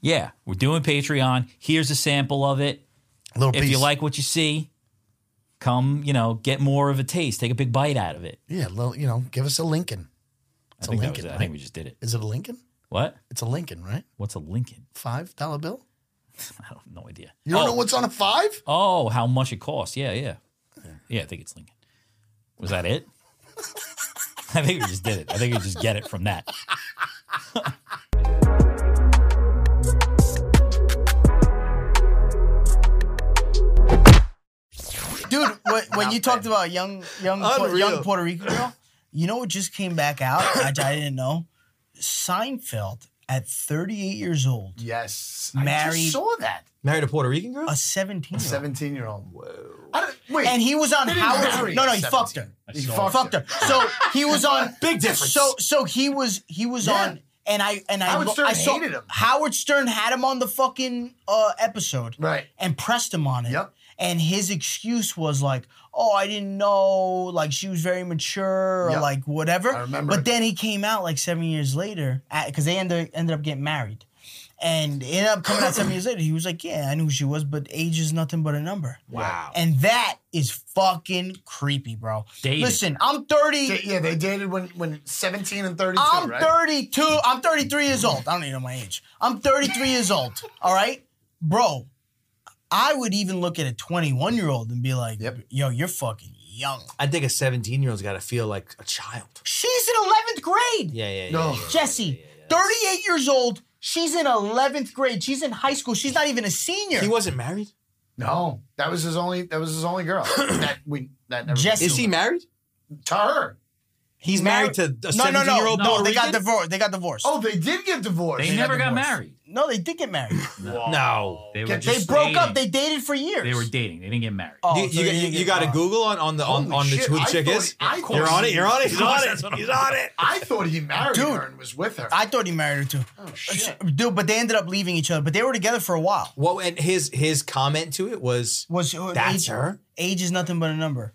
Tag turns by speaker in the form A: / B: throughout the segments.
A: yeah, we're doing Patreon. Here's a sample of it.
B: Little
A: If
B: piece.
A: you like what you see, come, you know, get more of a taste. Take a big bite out of it.
B: yeah, little, you know, give us a Lincoln. It's
A: I
B: a
A: think, that
B: Lincoln.
A: was it. I
B: right?
A: think we just did it.
B: Is it a Lincoln?
A: What?
B: It's a Lincoln, right?
A: What's a Lincoln?
B: Five dollar bill.
A: I have no idea.
B: You don't
A: oh,
B: know what's on a five?
A: oh, how much it costs. Yeah, yeah. Yeah, I think it's Lincoln. Was that it? I think we just did it. I think we just get it from that.
C: dude. When, when you talked about young, young, Pu-
B: Unreal.
C: young Puerto Rican girl, you know what just came back out? Which I didn't know. Seinfeld at 38 years old,
D: Yes. I
C: Married-
D: just saw that.
E: Married a Puerto Rican girl?
C: a 17 year old,
D: 17 year old. Whoa. I don't, wait.
C: and he was on
D: They didn't
C: Howard.
D: marry
C: No, no,
D: at
C: he fucked
D: 17.
C: her.
D: He
C: Fucked,
D: fucked,
C: her. So he was on.
D: Big difference.
C: So so he was he was
D: Yeah.
C: on. And I and I,
D: Howard
C: lo-
D: Stern
C: I saw
D: hated him.
C: Howard Stern had him on the fucking uh, episode.
D: Right.
C: and pressed him on it.
D: Yep.
C: And his excuse was like, "Oh, I didn't know. Like she was very mature, or
D: Yep.
C: like whatever."
D: I remember.
C: But then he came out like seven years later because they ended ended up getting married, and it ended up coming out seven years later. He was like, "Yeah, I knew who she was, but age is nothing but a number."
E: Wow.
C: And that is fucking creepy, bro.
A: Dated.
C: Listen, I'm 30.
D: They- yeah, they dated when when 17 and 32.
C: I'm
D: right?
C: 32. I'm 33 years old. I don't even know my age. I'm 33 years old. All right, bro. I would even look at a 21 year old and be like,
D: Yep.
C: "Yo, you're fucking young."
E: I think a 17 year old's got to feel like a child.
C: She's in 11th grade.
E: Yeah, yeah, yeah.
D: No.
E: yeah.
C: Jesse, 38 years old. She's in 11th grade. She's in high school. She's not even a senior.
E: He wasn't married?
D: No, that was his only. That was his only girl. that we. That never.
C: Jesse-
E: Is he married?
D: to her.
E: He's married to a 17
C: no,
E: year
C: no,
E: old
C: no.
E: Puerto
C: No, they got
E: Rican?
C: divorced. They got divorced.
D: Oh, they did get divorced.
A: They, never got
D: divorced.
A: married.
C: no, they did get married.
E: No.
A: They were
D: Get-
C: They
A: just
C: broke
A: dating.
C: up. They dated for years.
A: They were dating. They didn't get married.
C: Oh,
E: you,
C: so
E: you,
C: they
E: you,
C: didn't get
E: got to
C: married.
E: Google on, on the on,
D: Holy
E: on the
D: shit,
E: who the
D: I
E: chick
D: thought-
E: is.
D: I
E: You're
D: thought-
E: on it. You're on it. He's on
A: That's what
E: it.
A: I'm
E: He's on it.
D: I thought he married
C: Dude.
D: her and was with her. Oh,
C: I thought he married her too. Dude, but they ended up leaving each other. But they were together for a while.
E: Well, and his his comment to it was
C: Was uh,
E: That's
C: age,
E: her?
C: Age is nothing but a number.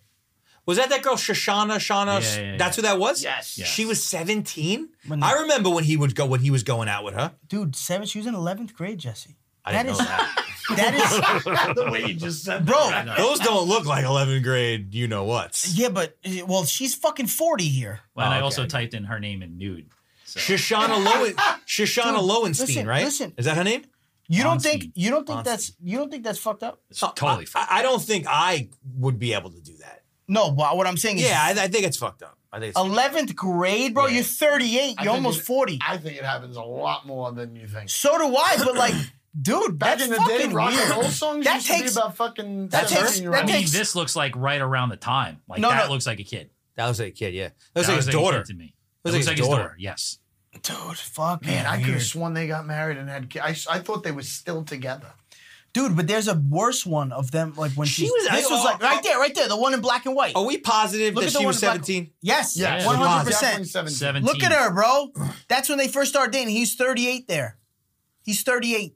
E: was that that girl Shoshana Shauna?
A: Yeah, yeah, yeah.
E: That's who that was.
D: Yes.
A: Yeah.
E: She was 17.
C: When-
E: I remember when he would go when he was going out with her.
C: Dude, seven. She was in eleventh grade, Jesse.
E: I
C: That
E: didn't
C: is
E: know that.
C: that is,
D: the way you just said.
C: bro.
E: Those don't look like 11th grade. You know what?
C: Yeah, but uh, well, she's fucking forty here.
A: Well, and
E: Oh,
A: I
E: okay.
A: also typed in her name in nude. So.
E: Shoshana Lowen Shoshana
C: Dude,
E: Lowenstein,
C: listen,
E: right?
C: listen.
E: Is that her name?
C: You don't
A: Monty.
C: think? You don't think that's? You don't think that's fucked up?
A: It's
E: Oh,
A: totally
E: I, I don't think I would be able to do that.
C: No, but what I'm saying is,
E: Yeah, I, I think it's fucked up. I think it's
C: eleventh grade, bro. You're thirty eight.
D: I think
C: You're almost
D: it-
C: forty.
D: I think it happens a lot more than you think.
C: so do I. But like, dude,
D: Back
C: that's
D: in the day,
C: fucking
D: rock and roll
C: weird.
D: songs
C: That
D: used
C: takes-
D: to be about fucking
C: that takes-
D: 17 year
C: that
A: I
D: olds.
A: mean,
C: takes-
A: this looks like right around the time. Like
C: No,
A: that
C: no.
A: looks like a kid.
E: That was like a kid, yeah. That was
A: that
E: like
A: was
E: his
A: a
E: daughter.
A: kid to me.
E: That
A: That looks
E: was like
A: like
E: his
A: his
E: daughter.
A: daughter. Yes.
C: Dude, fuck,
D: Man, I could
C: weird.
D: have sworn they got married and had kids. I, s- I thought they were still together.
C: Dude, but there's a worse one of them. Like when
E: She
C: she's-
E: was-
C: This
E: I-
C: was
D: oh,
C: like right there, right there. The one in black and white.
E: Are we positive
C: Look
E: that
C: at the
E: she
C: one
E: was
C: in black-
E: 17?
C: Yes.
A: Yeah.
C: One
D: Definitely
C: hundred percent.
D: 17.
A: Seventeen.
C: Look at her, bro. That's when they first start dating. He's 38 there. He's 38.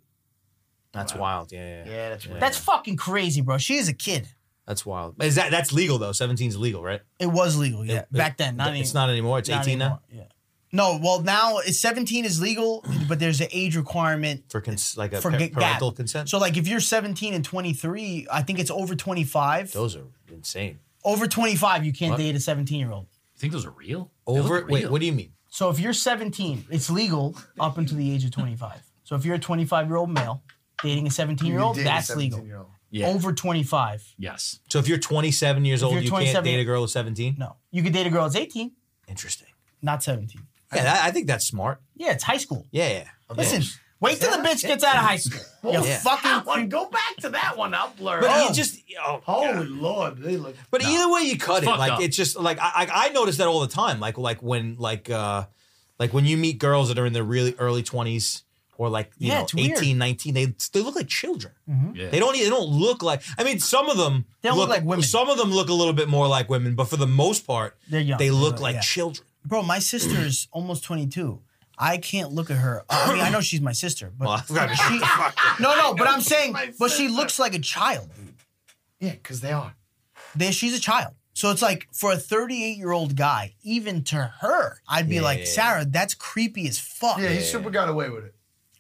E: That's wild. Yeah, yeah, yeah.
D: Yeah, that's weird.
C: That's fucking crazy, bro. She is a kid.
E: That's wild. Is that that's legal though? 17's legal, right?
C: It was legal, yeah.
E: It-
C: back
E: it-
C: then. Not
E: It's
C: anymore.
E: not anymore. It's 18 now.
C: anymore, Yeah. No, well now it's 17 is legal, but there's an age requirement
E: For cons- like a
C: for
E: pa-
C: ga-
E: parental
C: gap.
E: consent.
C: So like if you're 17 and 23, I think it's over 25.
E: Those are insane.
C: Over 25, you can't
E: What?
C: date a 17 year old.
A: You think those are real? They look
E: Over wait,
A: real.
E: what do you mean?
C: So if you're 17, it's legal up until the age of 25. So if you're a 25 year old male dating a 17 year old,
D: You date a
C: that's legal.
D: 17-year-old.
A: Yeah.
C: Over 25,
A: yes.
E: So if you're 27 years old,
C: you're
E: you
C: 27
E: can't date a girl with 17?
C: no. You could date a girl that's 18,
E: Interesting.
C: not 17.
E: Yeah, that, I think that's smart.
C: Yeah, it's high school.
E: Yeah, yeah.
C: Listen, wait till the bitch gets out of high school. You
E: Yeah.
D: That
C: fucking.
D: one, go back to that one. I'll blur.
E: But
D: it.
E: he just oh,
D: Holy Lord, they look.
E: But either way you cut it,
A: Fucked
E: like
A: up.
E: it's just like I, I I notice that all the time. Like like when like uh like when you meet girls that are in their really early twenties or like you
C: Yeah,
E: know
C: it's weird.
E: 18, 19, they they look like children.
C: Mm-hmm.
A: Yeah.
E: They don't e- they don't look like I mean some of them
C: They don't look like women.
E: Some of them look a little bit more like women, but for the most part
C: They're young.
E: they look
C: Yeah.
E: like children.
C: Bro, my sister's almost 22. I can't look at her. I mean, I know she's my sister, but.
E: Well, I mean,
C: she, no, no, but I'm saying,
D: my
C: but she
D: sister.
C: looks like a child.
D: Yeah, because they are.
C: There, she's a child. So it's like for a 38 year old guy, even to her, I'd be
E: Yeah,
C: like,
E: yeah, yeah.
C: Sarah, that's creepy as fuck.
D: Yeah, he super got away with it.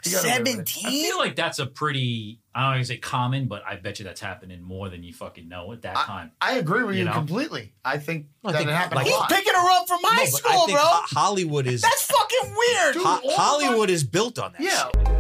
D: You got away with it.
A: I
C: Seventeen.
A: feel like that's a pretty, I don't want to say common, but I bet you that's happening more than you fucking know at that time.
D: I agree with
A: You
D: you,
A: know?
D: completely. I think
E: I
D: that
E: think
D: it happened
E: like-
D: a
C: He's
D: lot.
C: picking her up from
E: No,
C: high
E: but I
C: school,
E: think
C: bro.
E: Ho- Hollywood is
C: That's fucking weird.
D: Dude,
E: Ho-
D: all the-
E: Hollywood is built on that.
D: yeah,
E: shit.